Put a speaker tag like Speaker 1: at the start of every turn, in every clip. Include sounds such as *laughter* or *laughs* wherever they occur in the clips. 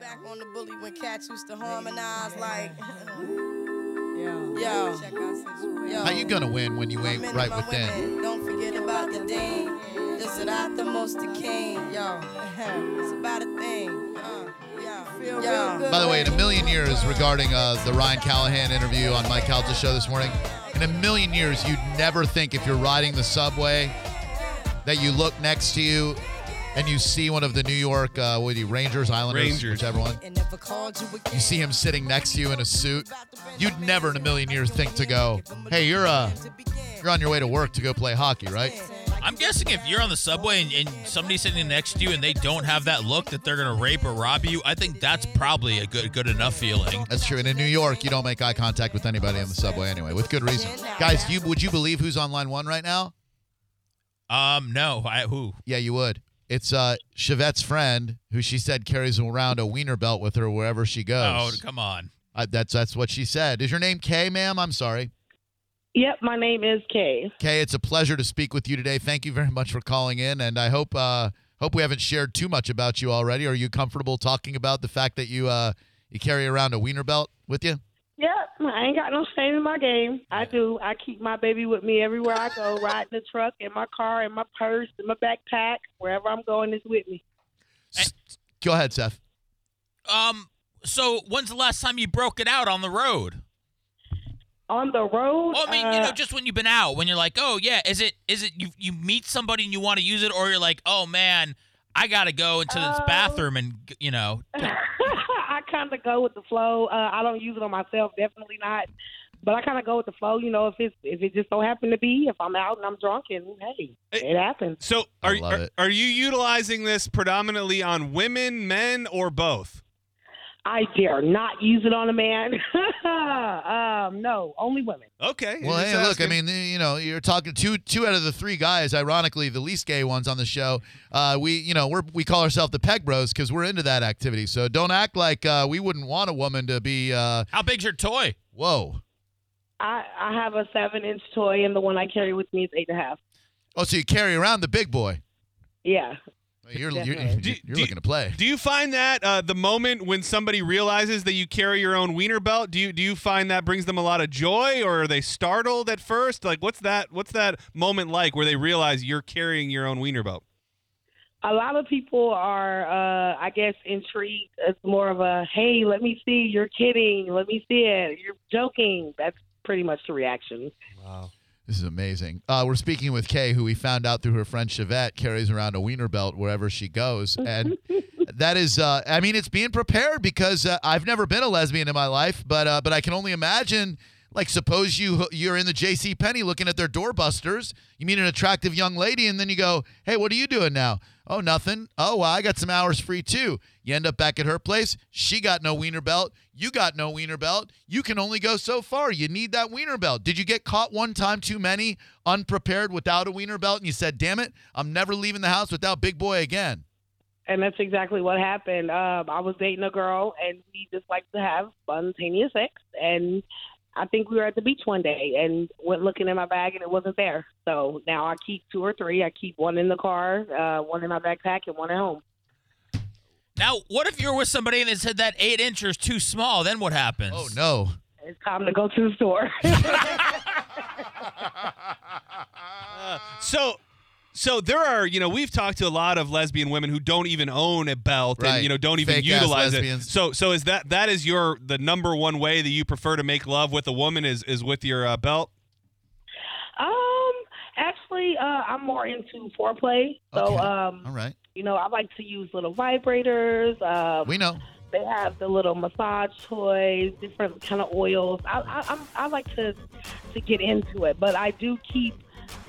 Speaker 1: back on the bully when cats used to harmonize like,
Speaker 2: Yeah.
Speaker 1: yo, yo.
Speaker 3: How you gonna win when you ain't
Speaker 1: Minimum
Speaker 3: right with them?
Speaker 1: women, Don't forget about the dean. Just that the most the king, yo.
Speaker 2: *laughs*
Speaker 1: It's about a thing. Uh, yeah.
Speaker 2: Feel real good.
Speaker 3: By the way, in a million years, regarding uh, the Ryan Callahan interview on Mike Calta show this morning, in a million years, you'd never think if you're riding the subway that you look next to you and you see one of the New York, uh, what are you, Rangers, Islanders,
Speaker 4: Rangers.
Speaker 3: whichever one.
Speaker 1: And never called you again.
Speaker 3: You see him sitting next to you in a suit. You'd never in a million years think to go, hey, you're uh, you're on your way to work to go play hockey, right?
Speaker 5: I'm guessing if you're on the subway and, and somebody's sitting next to you and they don't have that look that they're gonna rape or rob you, I think that's probably a good good enough feeling.
Speaker 3: That's true. And in New York, you don't make eye contact with anybody on the subway anyway, with good reason. Guys, do you, would you believe who's on line one right now?
Speaker 5: Um, no, I who
Speaker 3: Yeah, you would. It's uh Chevette's friend, who she said carries around a wiener belt with her wherever she
Speaker 5: oh
Speaker 3: goes.
Speaker 5: come on.
Speaker 3: I, that's that's what she said. Is your name Kay, ma'am? I'm sorry.
Speaker 6: Yep, my name is Kay.
Speaker 3: Kay, it's a pleasure to speak with you today. Thank you very much for calling in, and I hope uh hope we haven't shared too much about you already. Are you comfortable talking about the fact that you uh you carry around a wiener belt with you?
Speaker 6: Yep, I ain't got no shame in my game. I do. I keep my baby with me everywhere I go, riding the truck, in my car, in my purse, in my backpack, wherever I'm going is with me.
Speaker 3: S- Go ahead, Seth.
Speaker 5: Um, so when's the last time you broke it out on the road?
Speaker 6: On the road.
Speaker 5: Well, I mean, you know,
Speaker 6: uh,
Speaker 5: just when you've been out, when you're like, oh yeah, is it is it you you meet somebody and you want to use it, or you're like, oh man, I gotta go into this
Speaker 6: Oh.
Speaker 5: bathroom and you know,
Speaker 6: *laughs*
Speaker 3: Oh.
Speaker 6: I kind of go with the flow. Uh, I don't use it on myself, definitely not. But I kind of go with the flow. You know, if it's if it just so happen to be, if I'm out and I'm drunk, and hey, it happens.
Speaker 4: So
Speaker 3: I
Speaker 4: are,
Speaker 3: love
Speaker 4: are,
Speaker 3: it.
Speaker 4: are you utilizing this predominantly on women, men, or both?
Speaker 6: I dare not use it on a man. *laughs* um, no, only women.
Speaker 4: Okay.
Speaker 3: Well,
Speaker 4: just
Speaker 3: hey, look, I
Speaker 4: asking.
Speaker 3: mean, you know, you're talking two two out of the three guys, ironically, the least gay ones on the show. Uh, we, you know, we're, we call ourselves the Peg Bros because we're into that activity. So don't act like uh, we wouldn't want a woman to be. Uh,
Speaker 5: how big's your toy?
Speaker 3: whoa.
Speaker 6: I I have a seven inch toy, and the one I carry with me is eight and a half.
Speaker 3: Oh, so you carry around the big boy?
Speaker 6: Yeah.
Speaker 3: You're you're,
Speaker 6: Definitely.
Speaker 4: Do-
Speaker 3: you're,
Speaker 4: do-
Speaker 3: looking to play.
Speaker 4: do you find that uh, the moment when somebody realizes that you carry your own wiener belt, do you do you find that brings them a lot of joy, or are they startled at first? Like, what's that? What's that moment like where they realize you're carrying your own wiener belt?
Speaker 6: A lot of people are, uh, I guess, intrigued. It's more of a, hey, let me see. You're kidding. Let me see it. You're joking. That's pretty much the reaction.
Speaker 3: This is amazing. Uh, we're speaking with Kay, who we found out through her friend Chevette carries around a wiener belt wherever she goes, and that is, uh, I mean, it's being prepared because uh, I've never been a lesbian in my life, but uh, but I can only imagine. Like, suppose you you're in the J.C. Penney looking at their doorbusters. You meet an attractive young lady, and then you go, "Hey, what are you doing now?" "Oh, nothing." "Oh, well, I got some hours free too." You end up back at her place. She got no wiener belt. You got no wiener belt. You can only go so far. You need that wiener belt. Did you get caught one time too many unprepared without a wiener belt, and you said, "Damn it, I'm never leaving the house without Big Boy again."
Speaker 6: And that's exactly what happened. Um, I was dating a girl, and we just like to have spontaneous sex. And I think we were at the beach one day and went looking in my bag, and it wasn't there. So now I keep two or three. I keep one in the car, uh, one in my backpack, and one at home.
Speaker 5: Now, what if you're with somebody and they said that eight inch is too small? Then what happens?
Speaker 3: Oh no.
Speaker 6: It's time to go to the store. *laughs*
Speaker 4: So, so there are, you know, we've talked to a lot of lesbian women who don't even own a belt
Speaker 3: Right.
Speaker 4: and you know don't even
Speaker 3: Fake-ass
Speaker 4: utilize it.
Speaker 3: lesbians.
Speaker 4: So, so is that that is your the number one way that you prefer to make love with a woman is is with your uh, belt?
Speaker 6: Um, actually, uh, I'm more into foreplay. So,
Speaker 3: Okay.
Speaker 6: um,
Speaker 3: All right.
Speaker 6: you know, I like to use little vibrators. Um,
Speaker 3: We know.
Speaker 6: they have the little massage toys, different kind of oils. I, I, I'm, I like to to get into it, but I do keep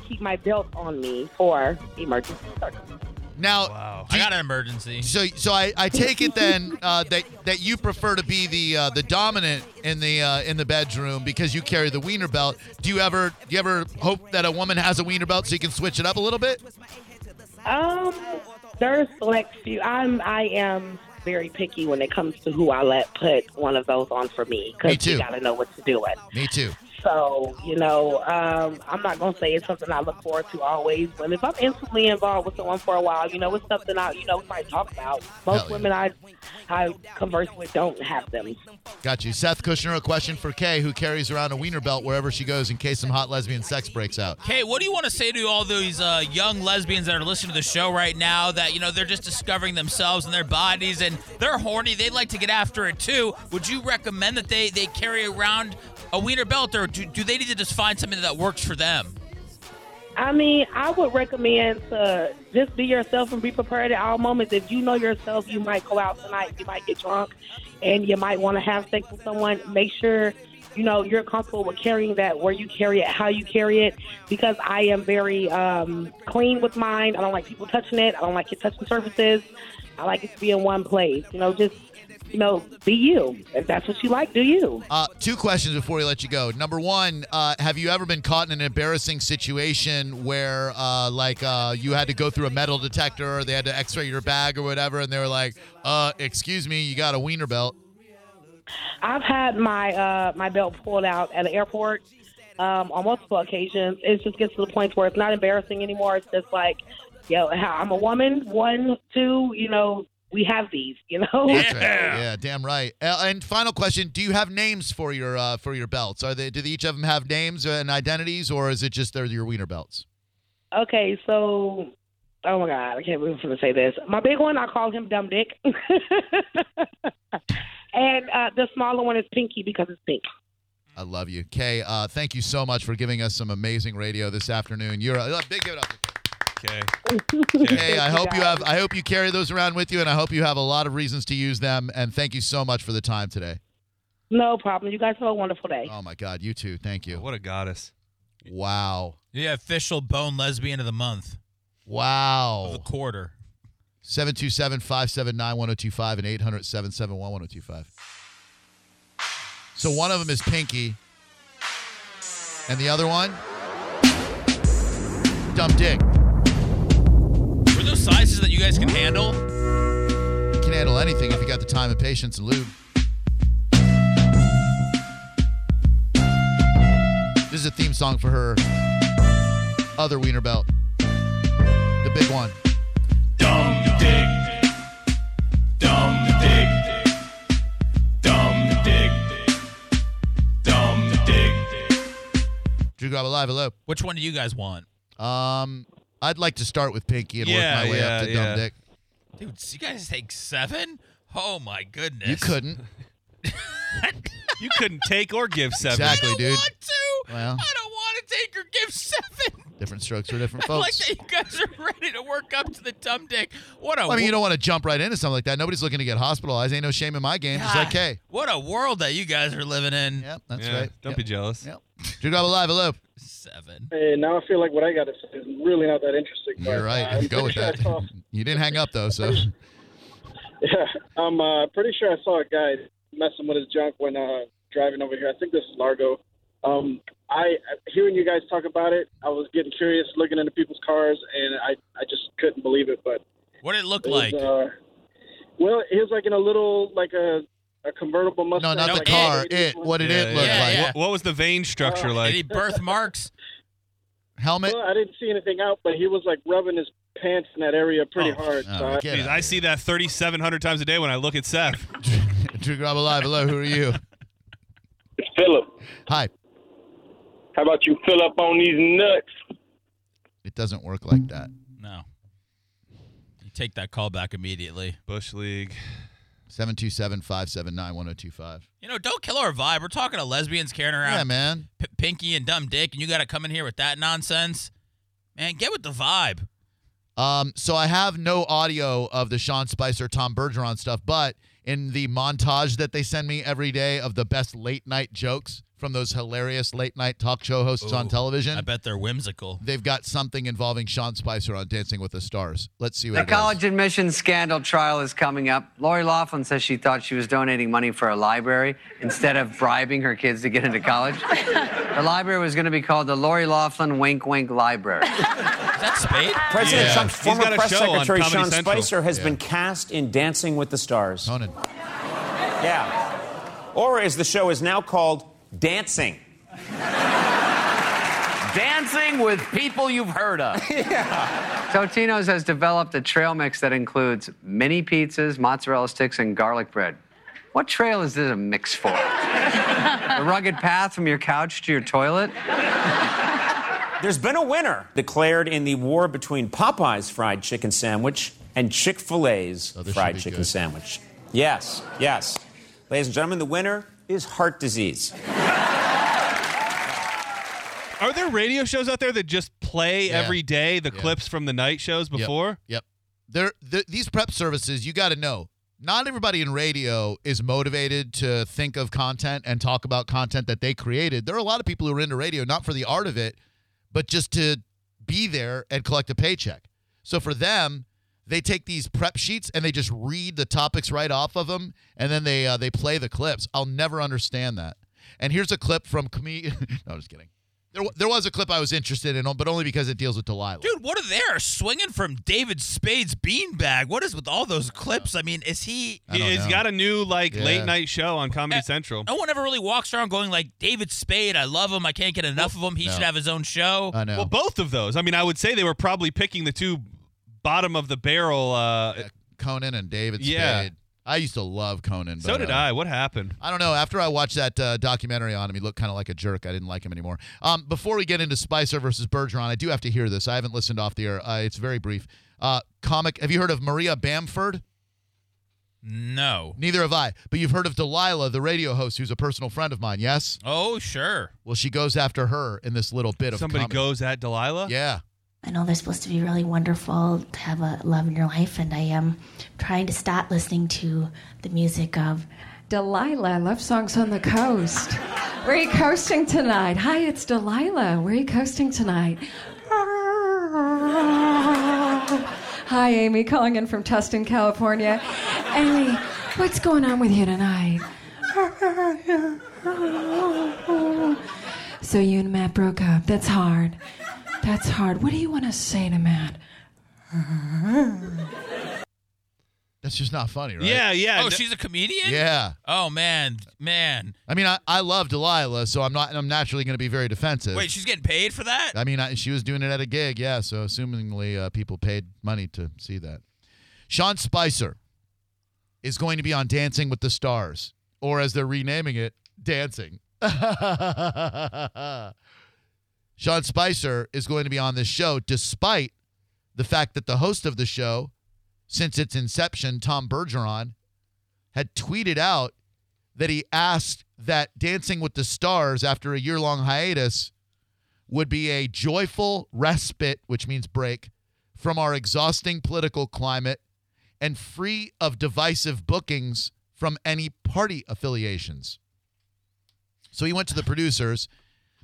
Speaker 6: keep my belt on me for emergency circumstances.
Speaker 3: Now,
Speaker 4: Wow.
Speaker 5: I got an emergency.
Speaker 3: So, so I, I take it then uh, that that you prefer to be the uh, the dominant in the uh, in the bedroom because you carry the wiener belt. Do you ever do you ever hope that a woman has a wiener belt so you can switch it up a little bit?
Speaker 6: Um, there's select few. I'm I am very picky when it comes to who I let put one of those on for me
Speaker 3: Me
Speaker 6: because
Speaker 3: too.
Speaker 6: you got to know what to do with.
Speaker 3: Me too.
Speaker 6: So, you know, um, I'm not going to say it's something I look forward to always, but if I'm instantly involved with someone for a while, you know, it's something I, you know, we might talk about. Most
Speaker 3: Hell yeah.
Speaker 6: women I, I converse with don't have them.
Speaker 3: Got you. Seth Kushner, a question for Kay, who carries around a wiener belt wherever she goes in case some hot lesbian sex breaks out.
Speaker 5: Hey, what do you want to say to all these uh, young lesbians that are listening to the show right now that, you know, they're just discovering themselves and their bodies and they're horny. They'd like to get after it too. Would you recommend that they, they carry around a wiener belt or do, do they need to just find something that works for them?
Speaker 6: I mean, I would recommend to just be yourself and be prepared at all moments. If you know yourself, you might go out tonight, you might get drunk, and you might want to have sex with someone. Make sure you know you're comfortable with carrying that, where you carry it, how you carry it, because I am very um, clean with mine. I don't like people touching it. I don't like it touching surfaces. I like it to be in one place. You know, just you know, be you. If that's what you like, do you.
Speaker 3: Uh, two questions before we let you go. Number one, uh, have you ever been caught in an embarrassing situation where, uh, like, uh, you had to go through a metal detector or they had to x ray your bag or whatever, and they were like, uh, excuse me, you got a wiener belt?
Speaker 6: I've had my uh, my belt pulled out at an airport um, on multiple occasions. It just gets to the point where it's not embarrassing anymore. It's just like, yo, I'm a woman. One, two, you know, we have these, you know.
Speaker 3: That's right. Yeah, damn right. Uh, and final question: Do you have names for your uh, for your belts? Are they do they, each of them have names and identities, or is it just they're your wiener belts?
Speaker 6: *laughs* Okay, so. Oh my God, I can't believe I'm going to say this. My big one, I call him Dumb Dick. *laughs* and uh, the smaller one is Pinky because it's pink.
Speaker 3: I love you, Kay. Uh, thank you so much for giving us some amazing radio this afternoon. You're a a big give it up.
Speaker 4: Okay.
Speaker 3: Hey,
Speaker 6: *laughs*
Speaker 3: I hope you have. I hope you carry those around with you, and I hope you have a lot of reasons to use them. And thank you so much for the time today.
Speaker 6: No problem. You guys have a wonderful day.
Speaker 3: Oh my God, you too. Thank you.
Speaker 4: What a goddess.
Speaker 3: Wow,
Speaker 5: Yeah, official bone lesbian of the month, of the
Speaker 3: wow.
Speaker 5: quarter.
Speaker 3: 727-579-1025 and 800-771-1025. So one of them is Pinky, and the other one, Dumb Dick.
Speaker 5: Were those sizes that you guys can handle?
Speaker 3: Can handle anything if you got the time and patience and lube. This is a theme song for her other wiener belt, the big one.
Speaker 7: Dumb dick. Dumb dick. Dumb dick. Dumb dick.
Speaker 3: Drew Grab Live, hello.
Speaker 5: Which one do you guys want?
Speaker 3: Um, I'd like to start with Pinky and
Speaker 4: Yeah,
Speaker 3: work my way
Speaker 4: yeah,
Speaker 3: up to
Speaker 4: yeah.
Speaker 3: Dumb Dick.
Speaker 5: Dude, you guys take seven? Oh my goodness.
Speaker 3: You couldn't.
Speaker 4: You couldn't take or give seven.
Speaker 5: I
Speaker 3: Exactly,
Speaker 5: don't
Speaker 3: dude.
Speaker 5: want to.
Speaker 3: Well.
Speaker 5: I don't want to take or give seven.
Speaker 3: Different strokes for
Speaker 7: *laughs*
Speaker 3: different
Speaker 5: I like
Speaker 3: *laughs* folks.
Speaker 5: that you guys are ready to work up to the dumb dick. What a
Speaker 3: I mean, you
Speaker 5: wo-
Speaker 3: don't want to jump right into something like that. Nobody's looking to get hospitalized. Ain't no shame in my game. Just like,
Speaker 5: God,
Speaker 3: hey.
Speaker 5: What a world that you guys are living in.
Speaker 3: Yep, that's
Speaker 4: Yeah,
Speaker 3: right.
Speaker 4: Don't
Speaker 3: Yep.
Speaker 4: be jealous.
Speaker 3: Yep. Drew Grab Live, hello.
Speaker 5: Seven.
Speaker 8: And now I feel like what I got to say is really not that interesting. but,
Speaker 3: You're
Speaker 8: uh, I'm
Speaker 3: right. Go with
Speaker 8: pretty
Speaker 3: that. *laughs*
Speaker 8: sure I saw- *laughs*
Speaker 3: You didn't hang up though, so.
Speaker 8: yeah, I'm uh, pretty sure I saw a guy messing with his junk when uh, driving over here. I think this is Largo. Um, I hearing you guys talk about it, I was getting curious, looking into people's cars, and I I just couldn't believe it. But
Speaker 5: What did it look
Speaker 8: it was,
Speaker 5: like?
Speaker 8: uh, well, it was like in a little like a a convertible
Speaker 3: No,
Speaker 8: Mustang.
Speaker 3: not
Speaker 5: No,
Speaker 3: the
Speaker 8: like
Speaker 5: it-
Speaker 3: car.
Speaker 8: ladies
Speaker 3: It.
Speaker 8: one.
Speaker 3: What did
Speaker 4: Yeah,
Speaker 3: it look
Speaker 5: yeah,
Speaker 3: like?
Speaker 5: yeah.
Speaker 4: What, what was the vein structure like?
Speaker 5: Any birthmarks?
Speaker 3: Helmet.
Speaker 8: Well, I didn't see anything out, but he was like rubbing his pants in that area pretty
Speaker 5: Oh,
Speaker 8: hard. so
Speaker 3: Oh,
Speaker 8: I-
Speaker 3: get
Speaker 4: Jeez, I
Speaker 3: out.
Speaker 4: see that 3,700 times a day when I look at Seth.
Speaker 3: *laughs* Drew Grab Alive. Hello, who are you?
Speaker 7: Philip,
Speaker 3: Hi.
Speaker 7: how about you fill up on these nuts?
Speaker 3: It doesn't work like that.
Speaker 5: No. You take that call back immediately.
Speaker 4: Bush League.
Speaker 3: 727 579 1025.
Speaker 5: You know, don't kill our vibe. We're talking to lesbians carrying around
Speaker 3: Yeah, man.
Speaker 5: p- pinky and dumb dick, and you got to come in here with that nonsense. Man, get with the vibe.
Speaker 3: Um, so I have no audio of the Sean Spicer, Tom Bergeron stuff, but in the montage that they send me every day of the best late night jokes from those hilarious late night talk show hosts on
Speaker 5: Ooh,
Speaker 3: television,
Speaker 5: I bet they're whimsical.
Speaker 3: they've got something involving Sean Spicer on Dancing with the Stars. Let's see what
Speaker 9: The
Speaker 3: it is.
Speaker 9: college admission scandal trial is coming up. Lori Laughlin says she thought she was donating money for a library instead of bribing her kids to get
Speaker 10: *laughs*
Speaker 9: into college. the library was going to be called the Lori Laughlin Wink Wink Library.
Speaker 5: Is that Spade?
Speaker 11: President
Speaker 4: Yeah.
Speaker 11: Trump's
Speaker 4: He's
Speaker 11: former
Speaker 4: got a
Speaker 11: press
Speaker 4: show on
Speaker 11: secretary
Speaker 4: Comedy
Speaker 11: Sean
Speaker 4: Central.
Speaker 11: Spicer has been cast in Dancing with the Stars.
Speaker 3: Conan.
Speaker 11: Yeah. Or as the show is now called, Dancing
Speaker 10: *laughs* Dancing with people you've heard
Speaker 9: *laughs*
Speaker 10: of.
Speaker 9: Totino's has developed a trail mix that includes mini pizzas, mozzarella sticks, and garlic bread. What trail is this a
Speaker 10: *laughs*
Speaker 9: mix for? the rugged path from your couch to your toilet?
Speaker 11: There's been a winner declared in the war between Popeye's fried chicken sandwich and Chick fil A's
Speaker 4: Oh,
Speaker 11: fried chicken sandwich. Yes, yes. Ladies and gentlemen, the winner is heart disease.
Speaker 4: Are there radio shows out there that just play
Speaker 3: Yeah.
Speaker 4: every day the clips from the night shows before?
Speaker 3: Yep. There, th- these prep services, you got to know. Not everybody in radio is motivated to think of content and talk about content that they created. There are a lot of people who are into radio not for the art of it, but just to be there and collect a paycheck. So for them, they take these prep sheets and they just read the topics right off of them, and then they uh, they play the clips. I'll never understand that. And here's a clip from comedian. *laughs* no, I'm just kidding. There, wa- there was a clip I was interested in, but only because it deals with Delilah.
Speaker 5: Dude, what are they are swinging from David Spade's beanbag? What is with all those clips? I mean, is he?
Speaker 4: He- He's got a new like
Speaker 5: Yeah.
Speaker 4: late night show on
Speaker 5: Eh,
Speaker 4: Comedy Central.
Speaker 5: No one ever really walks around going like David Spade. I love him. I can't get enough of him. He
Speaker 4: no.
Speaker 5: should have his own show.
Speaker 3: I know.
Speaker 4: Well, both of those. I mean, I would say they were probably picking the two bottom of the barrel. Uh,
Speaker 3: Conan and David
Speaker 4: Yeah.
Speaker 3: Spade. I used to love Conan.
Speaker 4: So
Speaker 3: but,
Speaker 4: did
Speaker 3: uh,
Speaker 4: I. What happened?
Speaker 3: I don't know. After I watched that uh, documentary on him, he looked kind of like a jerk. I didn't like him anymore. Um, before we get into Spicer versus Bergeron, I do have to hear this. I haven't listened off the air. Uh, it's very brief. Uh, comic. Have you heard of Maria Bamford?
Speaker 5: No.
Speaker 3: Neither have I. But you've heard of Delilah, the radio host, who's a personal friend of mine. Yes.
Speaker 5: Oh, sure.
Speaker 3: Well, she goes after her in this little bit of
Speaker 4: Somebody
Speaker 3: comedy.
Speaker 4: goes at Delilah.
Speaker 3: Yeah.
Speaker 12: I know they're supposed to be really wonderful to have a love in your life, and I am trying to stop listening to the music of
Speaker 13: Delilah, love songs on the coast. Where are you coasting tonight? Hi, it's Delilah. Where are you coasting tonight? Hi, Amy, calling in from Tustin, California. Amy, what's going on with you tonight? So you and Matt broke up. That's hard. That's hard. What do you want to say to Matt?
Speaker 3: That's just not funny, right?
Speaker 4: Yeah, yeah.
Speaker 5: Oh, she's a comedian.
Speaker 3: Yeah.
Speaker 5: Oh man, man.
Speaker 3: I mean, I, I love Delilah, so I'm not. I'm naturally going to be very defensive.
Speaker 5: Wait, she's getting paid for that?
Speaker 3: I mean, I, she was doing it at a gig, yeah. So, assumingly, uh, people paid money to see that. Sean Spicer is going to be on Dancing with the Stars, or as they're renaming it, Dancing. *laughs* Sean Spicer is going to be on this show, despite the fact that the host of the show, since its inception, Tom Bergeron, had tweeted out that he asked that Dancing with the Stars, after a year long hiatus, would be a joyful respite, which means break, from our exhausting political climate and free of divisive bookings from any party affiliations. So he went to the producers.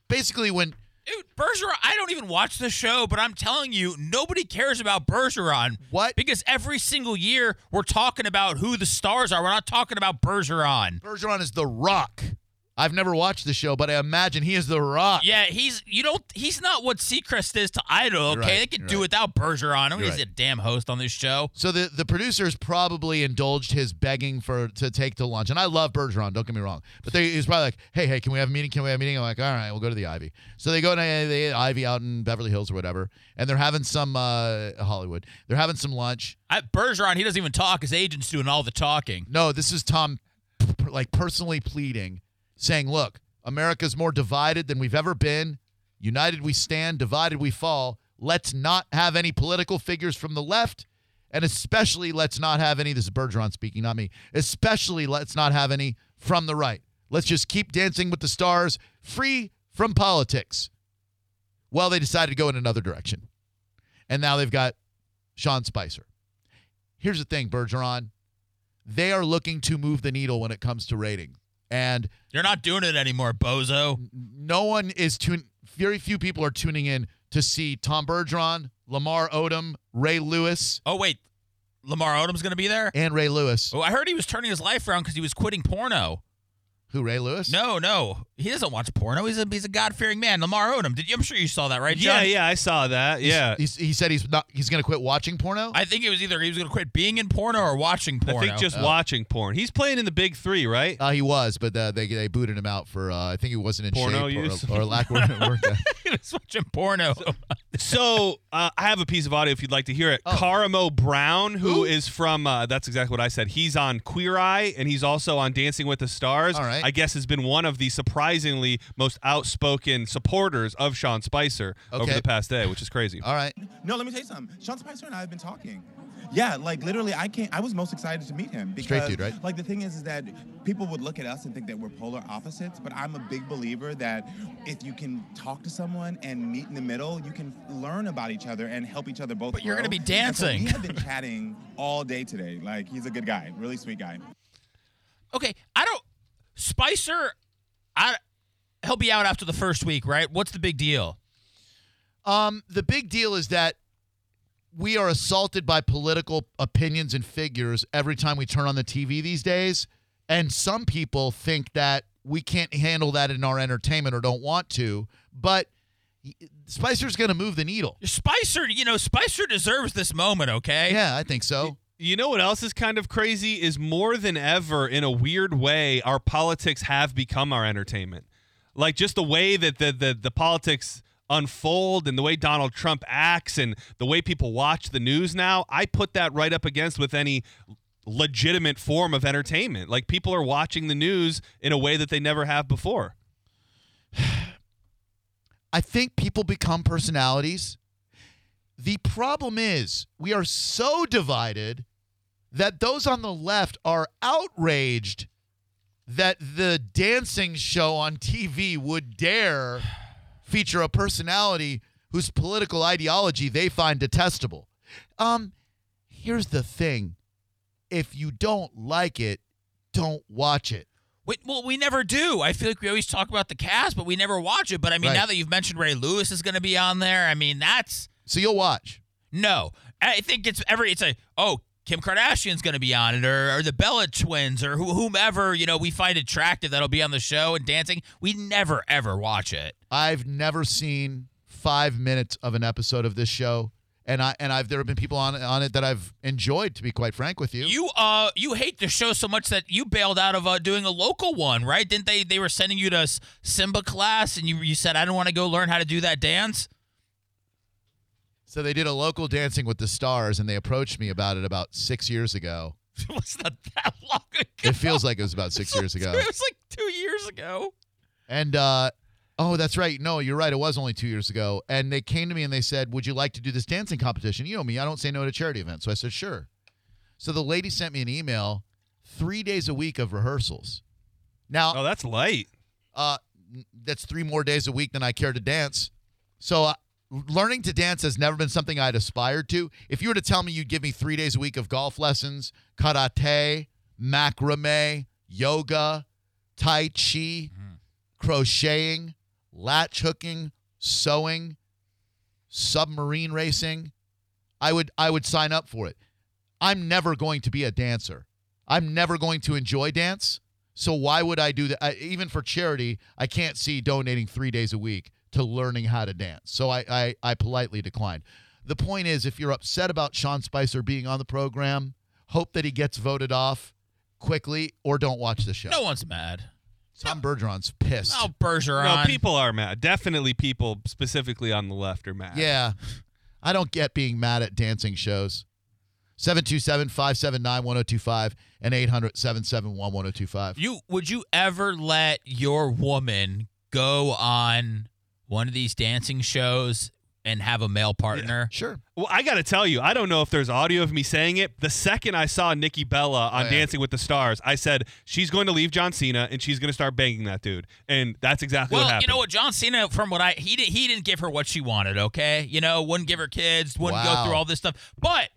Speaker 3: Basically, when
Speaker 5: Dude, Bergeron, I don't even watch the show, but I'm telling you, nobody cares about Bergeron.
Speaker 3: What?
Speaker 5: Because every single year we're talking about who the stars are. We're not talking about Bergeron.
Speaker 3: Bergeron is The Rock, I've never watched the show, but I imagine he is The Rock.
Speaker 5: Yeah, he's you don't he's not what Seacrest is to Idol, okay?
Speaker 3: You're right,
Speaker 5: they could
Speaker 3: you're
Speaker 5: do
Speaker 3: right.
Speaker 5: without Bergeron. I mean,
Speaker 3: You're
Speaker 5: he's
Speaker 3: right.
Speaker 5: a damn host on this show.
Speaker 3: So the, the producers probably indulged his begging for to take to lunch, and I love Bergeron. Don't get me wrong, but they, he was probably like, "Hey, hey, can we have a meeting? Can we have a meeting?" I'm like, "All right, we'll go to the Ivy." So they go to the Ivy out in Beverly Hills or whatever, and they're having some uh, Hollywood. They're having some lunch.
Speaker 5: I, Bergeron, he doesn't even talk. His agent's doing all the talking.
Speaker 3: No, this is Tom, p- like personally pleading, saying, "Look, America's more divided than we've ever been. United we stand, divided we fall. Let's not have any political figures from the left, and especially let's not have any." This is Bergeron speaking, not me. Especially let's not have any from the right. Let's just keep dancing with the stars, free from politics. Well, they decided to go in another direction, and now they've got Sean Spicer. Here's the thing, Bergeron they are looking to move the needle when it comes to rating. And
Speaker 5: You're not doing it anymore, bozo.
Speaker 3: no one is tune very few people are tuning in to see Tom Bergeron, Lamar Odom, Ray Lewis.
Speaker 5: Oh wait, Lamar Odom's going to be there?
Speaker 3: And Ray Lewis.
Speaker 5: Oh, I heard he was turning his life around because he was quitting porno.
Speaker 3: Who, Ray Lewis?
Speaker 5: No, no. He doesn't watch porno. He's a he's a God fearing man. Lamar Odom. Did you I'm sure you saw that, right,
Speaker 4: Yeah,
Speaker 5: John?
Speaker 4: yeah, I saw that.
Speaker 3: He's-
Speaker 4: Yeah.
Speaker 3: he's- he said he's not. He's going to quit watching porno.
Speaker 5: I think it was either he was gonna quit being in porno or watching porno.
Speaker 4: I think just
Speaker 3: Oh.
Speaker 4: watching porn. He's playing in the big three, right?
Speaker 3: Uh, he was, but uh, they they booted him out for. Uh, I think he wasn't in
Speaker 4: Porno
Speaker 3: shape or-
Speaker 4: use?
Speaker 3: or, lack of work.
Speaker 5: *laughs*
Speaker 4: *laughs*
Speaker 5: he was watching porno.
Speaker 4: so uh, I have a piece of audio if you'd like to hear
Speaker 3: Oh.
Speaker 4: it. Caramo Brown, who is from uh, that's exactly what I said. He's on Queer Eye and he's also on Dancing with the Stars.
Speaker 3: All right.
Speaker 4: I guess has been one of the surprisingly most outspoken supporters of Sean Spicer over
Speaker 14: Okay.
Speaker 4: the past day, which is crazy.
Speaker 3: All right.
Speaker 14: No, let me tell you something. Sean Spicer and I have been talking. Yeah, like literally, I can't. I was most excited to meet him because,
Speaker 3: Straight dude, right?
Speaker 14: like, the thing is, is that people would look at us and think that we're polar opposites. But I'm a big believer that if you can talk to someone and meet in the middle, you can learn about each other and help each other both. But
Speaker 5: you're
Speaker 4: *laughs*
Speaker 5: gonna be
Speaker 15: *laughs*
Speaker 5: dancing.
Speaker 14: we have been chatting all day today. Like, he's a good guy, really sweet guy.
Speaker 5: Okay, I don't Spicer I he'll be out after the first week, right? What's the big deal?
Speaker 3: Um, the big deal is that we are assaulted by political opinions and figures every time we turn on the TV these days, and some people think that we can't handle that in our entertainment or don't want to. But Spicer's going to move the needle.
Speaker 5: Spicer, you know, Spicer deserves this moment, okay?
Speaker 3: Yeah, I think so.
Speaker 4: You know what else is kind of crazy is more than ever in a weird way our politics have become our entertainment. Like just the way that the the, the politics unfold and the way Donald Trump acts and the way people watch the news now, I put that right up against with any legitimate form of entertainment. Like people are watching the news in a way that they never have before.
Speaker 3: I think people become personalities. The problem is we are so divided that those on the left are outraged that the dancing show on TV would dare feature a personality whose political ideology they find detestable. Um, here's the thing. If you don't like it, don't watch it.
Speaker 5: We, well, we never do. I feel like we always talk about the cast, but we never watch it. But I mean,
Speaker 3: Right.
Speaker 5: now that you've mentioned Ray Lewis is going to be on there, I mean, that's
Speaker 3: So you'll watch.
Speaker 5: no. I think it's every. It's a oh, Kim Kardashian's going to be on it, or, or the Bella twins, or who- whomever you know we find attractive that'll be on the show and dancing. We never ever watch it.
Speaker 3: I've never seen five minutes of an episode of this show, and I and I've there have been people on on it that I've enjoyed. To be quite frank with you,
Speaker 5: You uh, you hate the show so much that you bailed out of uh, doing a local one, right? Didn't they? They were sending you to s- Simba class, and you you said I don't want to go learn how to do that dance. *laughs*
Speaker 3: so they did a local Dancing with the Stars, and they approached me about it about six years ago.
Speaker 5: it was not that long ago.
Speaker 3: It feels like it was about six years
Speaker 5: *laughs*
Speaker 4: *laughs*
Speaker 3: ago.
Speaker 5: It was like two years ago.
Speaker 3: And uh, oh, that's right. No, you're right. It was only two years ago. And they came to me and they said, "Would you like to do this dancing competition?" You know me. I don't say no to charity events. So I said, "Sure." So the lady sent me an email, three days a week of rehearsals. Now,
Speaker 4: Oh, that's light.
Speaker 3: uh, n- that's three more days a week than I care to dance. So uh, learning to dance has never been something I'd aspired to. If you were to tell me you'd give me three days a week of golf lessons, karate, macrame, yoga, tai chi, crocheting, latch hooking, sewing, submarine racing, I would I would sign up for it. I'm never going to be a dancer. I'm never going to enjoy dance. So why would I do that? I, even for charity, I can't see donating three days a week to learning how to dance. So I, I I politely declined. The point is, if you're upset about Sean Spicer being on the program, hope that he gets voted off quickly, or don't watch the show.
Speaker 5: No one's mad.
Speaker 3: Tom Bergeron's pissed.
Speaker 5: Oh, Bergeron.
Speaker 4: No, people are mad. Definitely people specifically on the left are mad.
Speaker 3: Yeah. I don't get being mad at dancing shows. 727 579 1025 and 800 771 1025.
Speaker 5: you would you ever let your woman go on one of these dancing shows and have a male partner?
Speaker 3: Sure.
Speaker 4: Well, I got to tell you, I don't know if there's audio of me saying it. The second I saw Nikki Bella on
Speaker 3: Oh, yeah.
Speaker 4: Dancing with the Stars, I said she's going to leave John Cena and she's going to start banging that dude, and that's exactly what
Speaker 5: Well,
Speaker 4: happened.
Speaker 5: you know what, John Cena, from what I he did he didn't give her what she wanted, okay? You know, wouldn't give her kids, wouldn't
Speaker 3: Wow.
Speaker 5: go through all this stuff. But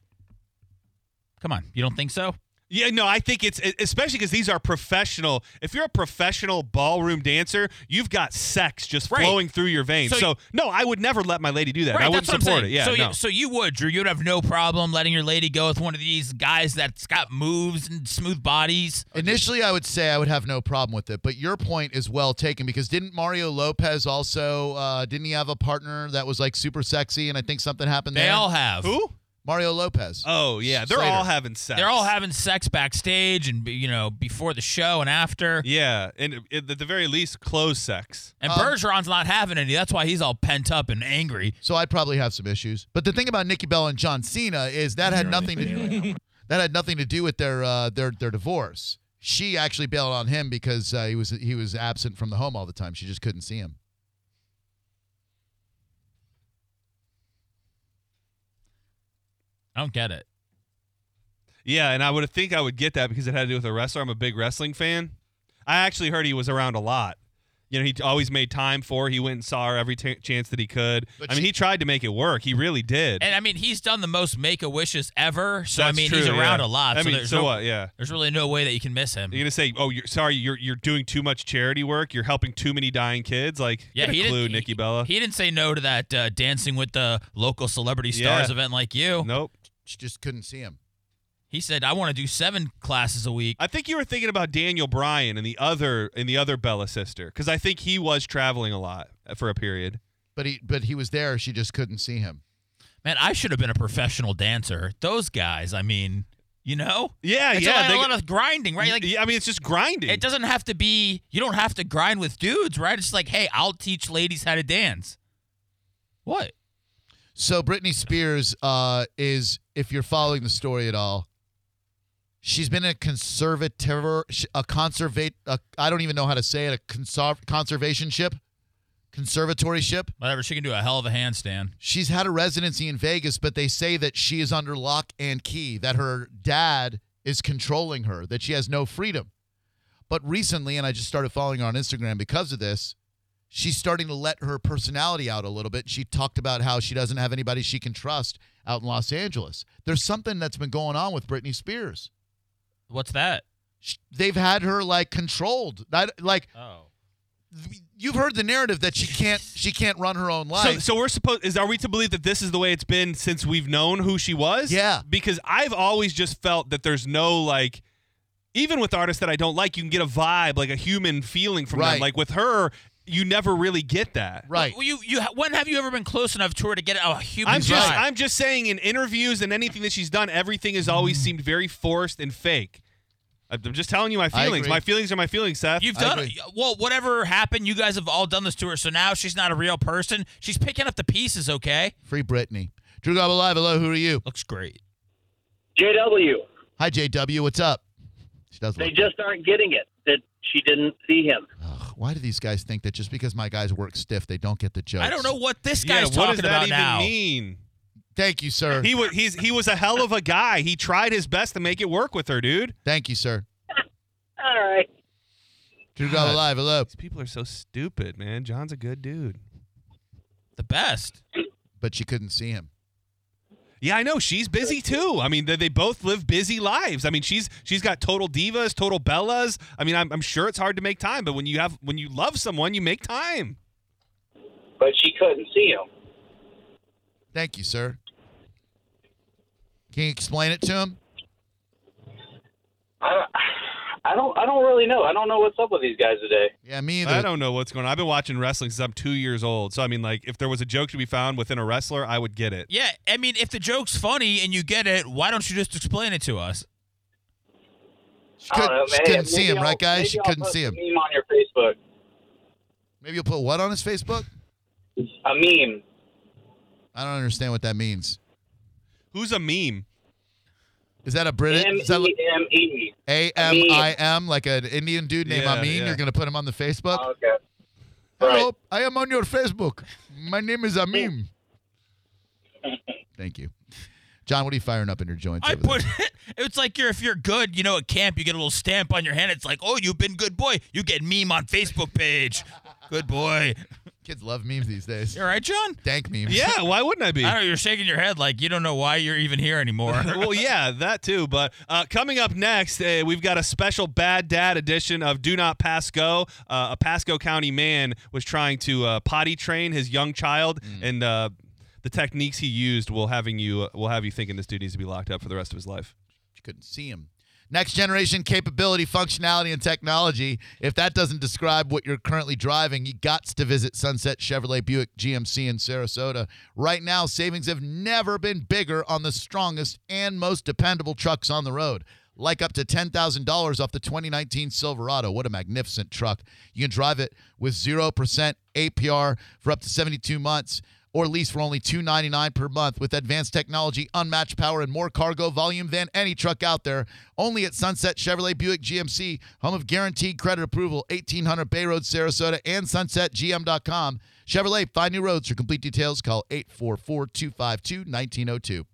Speaker 5: come on, you don't think so?
Speaker 4: Yeah, no, I think it's e, especially because these are professional. If you're a professional ballroom dancer, you've got sex just
Speaker 5: Right.
Speaker 4: flowing through your veins.
Speaker 5: So
Speaker 4: So,
Speaker 5: you-
Speaker 4: no, I would never let my lady do that.
Speaker 5: Right,
Speaker 4: I wouldn't
Speaker 5: that's what I'm
Speaker 4: support it.
Speaker 5: saying.
Speaker 4: Yeah,
Speaker 5: so,
Speaker 4: no.
Speaker 5: you, so you would, Drew. You'd have no problem letting your lady go with one of these guys that's got moves and smooth bodies.
Speaker 3: Initially, I would say I would have no problem with it, but your point is well taken because didn't Mario Lopez also uh, didn't he have a partner that was like super sexy and I think something happened
Speaker 5: They
Speaker 3: there.
Speaker 5: all have. Who?
Speaker 3: Mario Lopez.
Speaker 4: Oh yeah, they're
Speaker 3: Slater.
Speaker 4: all having sex.
Speaker 5: They're all having sex backstage and you know before the show and after.
Speaker 4: yeah, Um, and at the very least, close sex.
Speaker 5: And Bergeron's not having any. That's why he's all pent up and angry.
Speaker 3: So I'd probably have some issues. But the thing about Nikki Bell and John Cena is that had nothing to *laughs* that had nothing to do with their uh, their their divorce. She actually bailed on him because uh, he was he was absent from the home all the time. She just couldn't see him.
Speaker 5: I don't get it.
Speaker 4: Yeah, and I would think I would get that because it had to do with a wrestler. I'm a big wrestling fan. I actually heard he was around a lot. You know, he always made time for. her. He went and saw her every t- chance that he could. I mean, he tried to make it work. He really did.
Speaker 5: And I mean, he's done the most make a wishes ever. So I
Speaker 4: That's
Speaker 5: mean,
Speaker 4: true,
Speaker 5: he's around a
Speaker 4: yeah.
Speaker 5: lot.
Speaker 4: I
Speaker 5: so
Speaker 4: mean,
Speaker 5: there's
Speaker 4: so
Speaker 5: no,
Speaker 4: what? Yeah.
Speaker 5: There's really no way that you can miss him.
Speaker 4: You're gonna say, "Oh, you're sorry, you're you're doing too much charity work. You're helping too many dying kids." Like,
Speaker 5: Yeah,
Speaker 4: get a
Speaker 5: he didn't-
Speaker 4: clue, Nikki Bella.
Speaker 5: He didn't say no to that uh, dancing with the local celebrity stars
Speaker 4: Yeah.
Speaker 5: event like you.
Speaker 4: Nope.
Speaker 3: She just couldn't see him.
Speaker 5: He said, "I want to do seven classes a week."
Speaker 4: I think you were thinking about Daniel Bryan and the other and the other Bella sister because I think he was traveling a lot for a period.
Speaker 3: But he but he was there. She just couldn't see him.
Speaker 5: Man, I should have been a professional dancer. Those guys, I mean, you know?
Speaker 4: Yeah,
Speaker 5: It's
Speaker 4: yeah,
Speaker 5: A lot, a
Speaker 4: they-
Speaker 5: lot of grinding, right? Like,
Speaker 4: I mean, it's just grinding.
Speaker 5: It doesn't have to be, you don't have to grind with dudes, right? It's just like, hey, I'll teach ladies how to dance. What?
Speaker 3: So Britney Spears uh, is, if you're following the story at all, she's been a conservator, a conservate. A, I don't even know how to say it. A conserv- conservationship, conservatoryship.
Speaker 5: Whatever, she can do a hell of a handstand.
Speaker 3: She's had a residency in Vegas, but they say that she is under lock and key. That her dad is controlling her. That she has no freedom. But recently, and I just started following her on Instagram because of this, she's starting to let her personality out a little bit. She talked about how she doesn't have anybody she can trust out in Los Angeles. There's something that's been going on with Britney Spears.
Speaker 5: What's that?
Speaker 3: Sh- They've had her like controlled. That- Like
Speaker 5: Oh.
Speaker 3: you've heard the narrative that she can't she can't run her own
Speaker 4: So,
Speaker 3: life.
Speaker 4: so we're supposed is are we to believe that this is the way it's been since we've known who she was?
Speaker 3: Yeah.
Speaker 4: Because I've always just felt that there's no like even with artists that I don't like, you can get a vibe, like a human feeling from
Speaker 3: Right.
Speaker 4: them. Like with her, you never really get that.
Speaker 3: right.
Speaker 5: Well, you, you, when have you ever been close enough to her to get a human
Speaker 4: I'm just
Speaker 5: vibe?
Speaker 4: I'm just saying in interviews and anything that she's done, everything has always
Speaker 5: Mm-hmm.
Speaker 4: seemed very forced and fake. I'm I'm just telling you my
Speaker 3: I
Speaker 4: feelings.
Speaker 3: agree.
Speaker 4: My feelings are my feelings, Seth.
Speaker 5: You've done well. Whatever happened, you guys have all done this to her. So now she's not a real person. She's picking up the pieces. Okay,
Speaker 3: Free Britney. Drew Gobble Live, hello, who are you?
Speaker 5: looks great.
Speaker 15: JW.
Speaker 3: Hi JW, what's up? She does
Speaker 15: They
Speaker 3: look
Speaker 15: just aren't getting it that she didn't see him.
Speaker 3: Why do these guys think that just because my guys work stiff, they don't get the jokes?
Speaker 5: I don't know what this
Speaker 4: Yeah,
Speaker 5: guy's
Speaker 4: what
Speaker 5: talking
Speaker 4: does
Speaker 5: about
Speaker 4: that even
Speaker 5: now.
Speaker 4: mean?
Speaker 3: Thank you, sir.
Speaker 4: He was he's he was a hell of a guy. He tried his best to make it work with her, dude.
Speaker 3: Thank you, sir.
Speaker 15: All right.
Speaker 3: Drew Gobble
Speaker 4: God.
Speaker 3: Live, hello.
Speaker 4: These people are so stupid, man. John's a good dude.
Speaker 5: The best.
Speaker 3: But she couldn't see him.
Speaker 4: Yeah, I know she's busy too. I mean, they, they both live busy lives. I mean, she's she's got total divas, total bellas. I mean, I'm, I'm sure it's hard to make time, but when you have when you love someone, you make time.
Speaker 15: But she couldn't see him.
Speaker 3: Thank you, sir. Can you explain it to him?
Speaker 15: I don't, I don't. I don't really know. I don't know what's up with these guys today.
Speaker 3: Yeah, me
Speaker 4: I
Speaker 3: either.
Speaker 4: don't know what's going on. I've been watching wrestling since I'm two years old. So I mean, like, if there was a joke to be found within a wrestler, I would get it.
Speaker 5: Yeah, I mean, if the joke's funny and you get it, why don't you just explain it to us?
Speaker 3: She,
Speaker 15: I don't know,
Speaker 3: couldn't- she
Speaker 15: man.
Speaker 3: couldn't
Speaker 15: Maybe
Speaker 3: see him,
Speaker 15: I'll-
Speaker 3: right, guys?
Speaker 15: maybe
Speaker 3: She
Speaker 15: I'll
Speaker 3: couldn't
Speaker 15: post
Speaker 3: see
Speaker 15: a
Speaker 3: him.
Speaker 15: Meme on your Facebook.
Speaker 3: Maybe you'll put what on his Facebook?
Speaker 15: A meme.
Speaker 3: I don't understand what that means.
Speaker 4: Who's a meme?
Speaker 3: Is that a British?
Speaker 15: M
Speaker 3: Is that
Speaker 15: E M E.
Speaker 3: A M I M, like an Indian dude named
Speaker 4: Yeah,
Speaker 3: Amin?
Speaker 4: yeah.
Speaker 3: You're going to put him on the Facebook?
Speaker 15: Okay.
Speaker 3: Hello, I am on your Facebook. My name is Amin. Thank you. John, what are you firing up in your joints?
Speaker 5: I
Speaker 3: over there?
Speaker 5: put it. *laughs* It's like you're if you're good, you know, at camp, you get a little stamp on your hand. It's like, oh, you've been good boy. You get meme on Facebook page. Good boy.
Speaker 3: Kids love memes these days.
Speaker 5: You're right, John.
Speaker 3: Dank memes.
Speaker 4: Yeah, why wouldn't I be?
Speaker 5: I don't know. You're shaking your head like you don't know why you're even here anymore. *laughs*
Speaker 4: *laughs* well, yeah, that too. But uh, coming up next, uh, we've got a special Bad Dad edition of Do Not Pass Go. Uh, a Pasco County man was trying to uh, potty train his young child, and uh, the techniques he used will having you will have you thinking this dude needs to be locked up for the rest of his life.
Speaker 3: You couldn't see him. Next generation capability, functionality, and technology. If that doesn't describe what you're currently driving, you got to visit Sunset Chevrolet Buick GMC in Sarasota. Right now, savings have never been bigger on the strongest and most dependable trucks on the road. Like up to $10,000 off the 2019 Silverado. What a magnificent truck. You can drive it with 0% APR for up to 72 months or lease for only $299 per month with advanced technology, unmatched power, and more cargo volume than any truck out there. Only at Sunset Chevrolet Buick GMC, home of guaranteed credit approval, 1800 Bay Road, Sarasota, and sunsetgm.com. Chevrolet, find new roads. For complete details, call 844 252 1902.